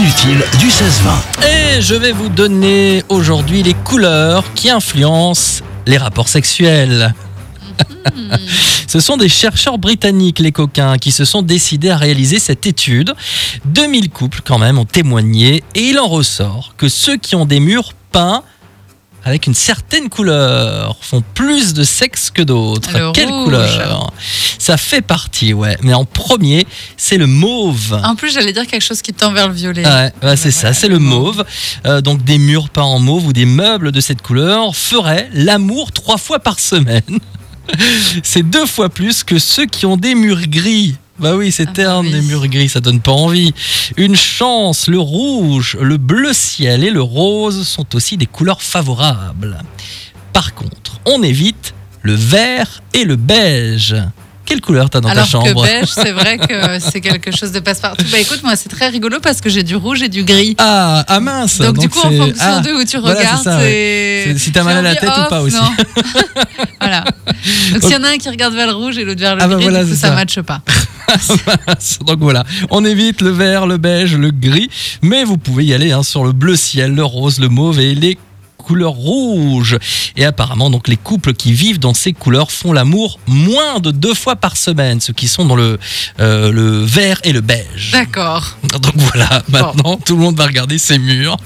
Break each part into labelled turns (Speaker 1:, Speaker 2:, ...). Speaker 1: utile du 16-20.
Speaker 2: Et je vais vous donner aujourd'hui les couleurs qui influencent les rapports sexuels.
Speaker 3: Mm-hmm.
Speaker 2: Ce sont des chercheurs britanniques, les coquins, qui se sont décidés à réaliser cette étude. 2000 couples quand même ont témoigné et il en ressort que ceux qui ont des murs peints avec une certaine couleur font plus de sexe que
Speaker 3: Ah, Le
Speaker 2: d'autres. Quelle
Speaker 3: rouge.
Speaker 2: couleur Ça fait partie, ouais. Mais en premier, c'est le mauve.
Speaker 3: En plus, j'allais dire quelque chose qui tend vers le violet.
Speaker 2: Ouais, bah, c'est ça,
Speaker 3: Voilà,
Speaker 2: c'est le mauve. Euh, donc des murs peints en mauve ou des meubles de cette couleur feraient l'amour trois fois par semaine. c'est deux fois plus que ceux qui ont des murs gris. Bah oui, c'est
Speaker 3: Ah bah
Speaker 2: terne,
Speaker 3: oui.
Speaker 2: des murs gris, ça donne pas envie. Une chance, le rouge, le bleu ciel et le rose sont aussi des couleurs favorables. Par contre, on évite le vert et le beige. Quelle couleur t'as dans
Speaker 3: Alors
Speaker 2: ta chambre
Speaker 3: que beige, c'est vrai que c'est quelque chose de passe-partout. Bah écoute, moi, c'est très rigolo parce que j'ai du rouge et du gris.
Speaker 2: ah, ah mince
Speaker 3: Donc, du coup, en
Speaker 2: c'est-
Speaker 3: fonction
Speaker 2: ah.
Speaker 3: de où tu
Speaker 2: voilà, c'est
Speaker 3: regardes,
Speaker 2: ça, ouais.
Speaker 3: c'est-
Speaker 2: C'est- si t'as mal
Speaker 3: j'ai
Speaker 2: à la
Speaker 3: envie
Speaker 2: tête ou
Speaker 3: off,
Speaker 2: pas aussi.
Speaker 3: non. voilà. Donc s'il y en a un qui regarde vers le rouge et l'autre vers le
Speaker 2: Ah bah
Speaker 3: gris,
Speaker 2: voilà,
Speaker 3: du coup,
Speaker 2: c'est
Speaker 3: ça
Speaker 2: ça.
Speaker 3: matche pas.
Speaker 2: Donc voilà, on évite le vert, le beige, le gris, mais vous pouvez y aller hein, sur le bleu ciel, le rose, le mauve et les couleurs rouges. Et apparemment, donc les couples qui vivent dans ces couleurs font l'amour moins de deux fois par semaine, ceux qui sont dans le, euh, le vert et le beige.
Speaker 3: D'accord.
Speaker 2: Donc voilà, maintenant tout le monde va regarder ses murs.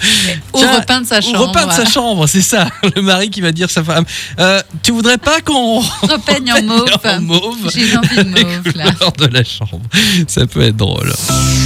Speaker 3: Ou
Speaker 2: Tiens,
Speaker 3: repeindre sa
Speaker 2: Ou
Speaker 3: chambre.
Speaker 2: repeindre sa chambre, c'est ça. Le mari qui va dire à sa femme, Euh, tu voudrais pas qu'on
Speaker 3: Repeigne en mauve.
Speaker 2: en mauve
Speaker 3: J'ai envie de
Speaker 2: les
Speaker 3: mauve, là.
Speaker 2: couleurs de la chambre Ça peut être drôle.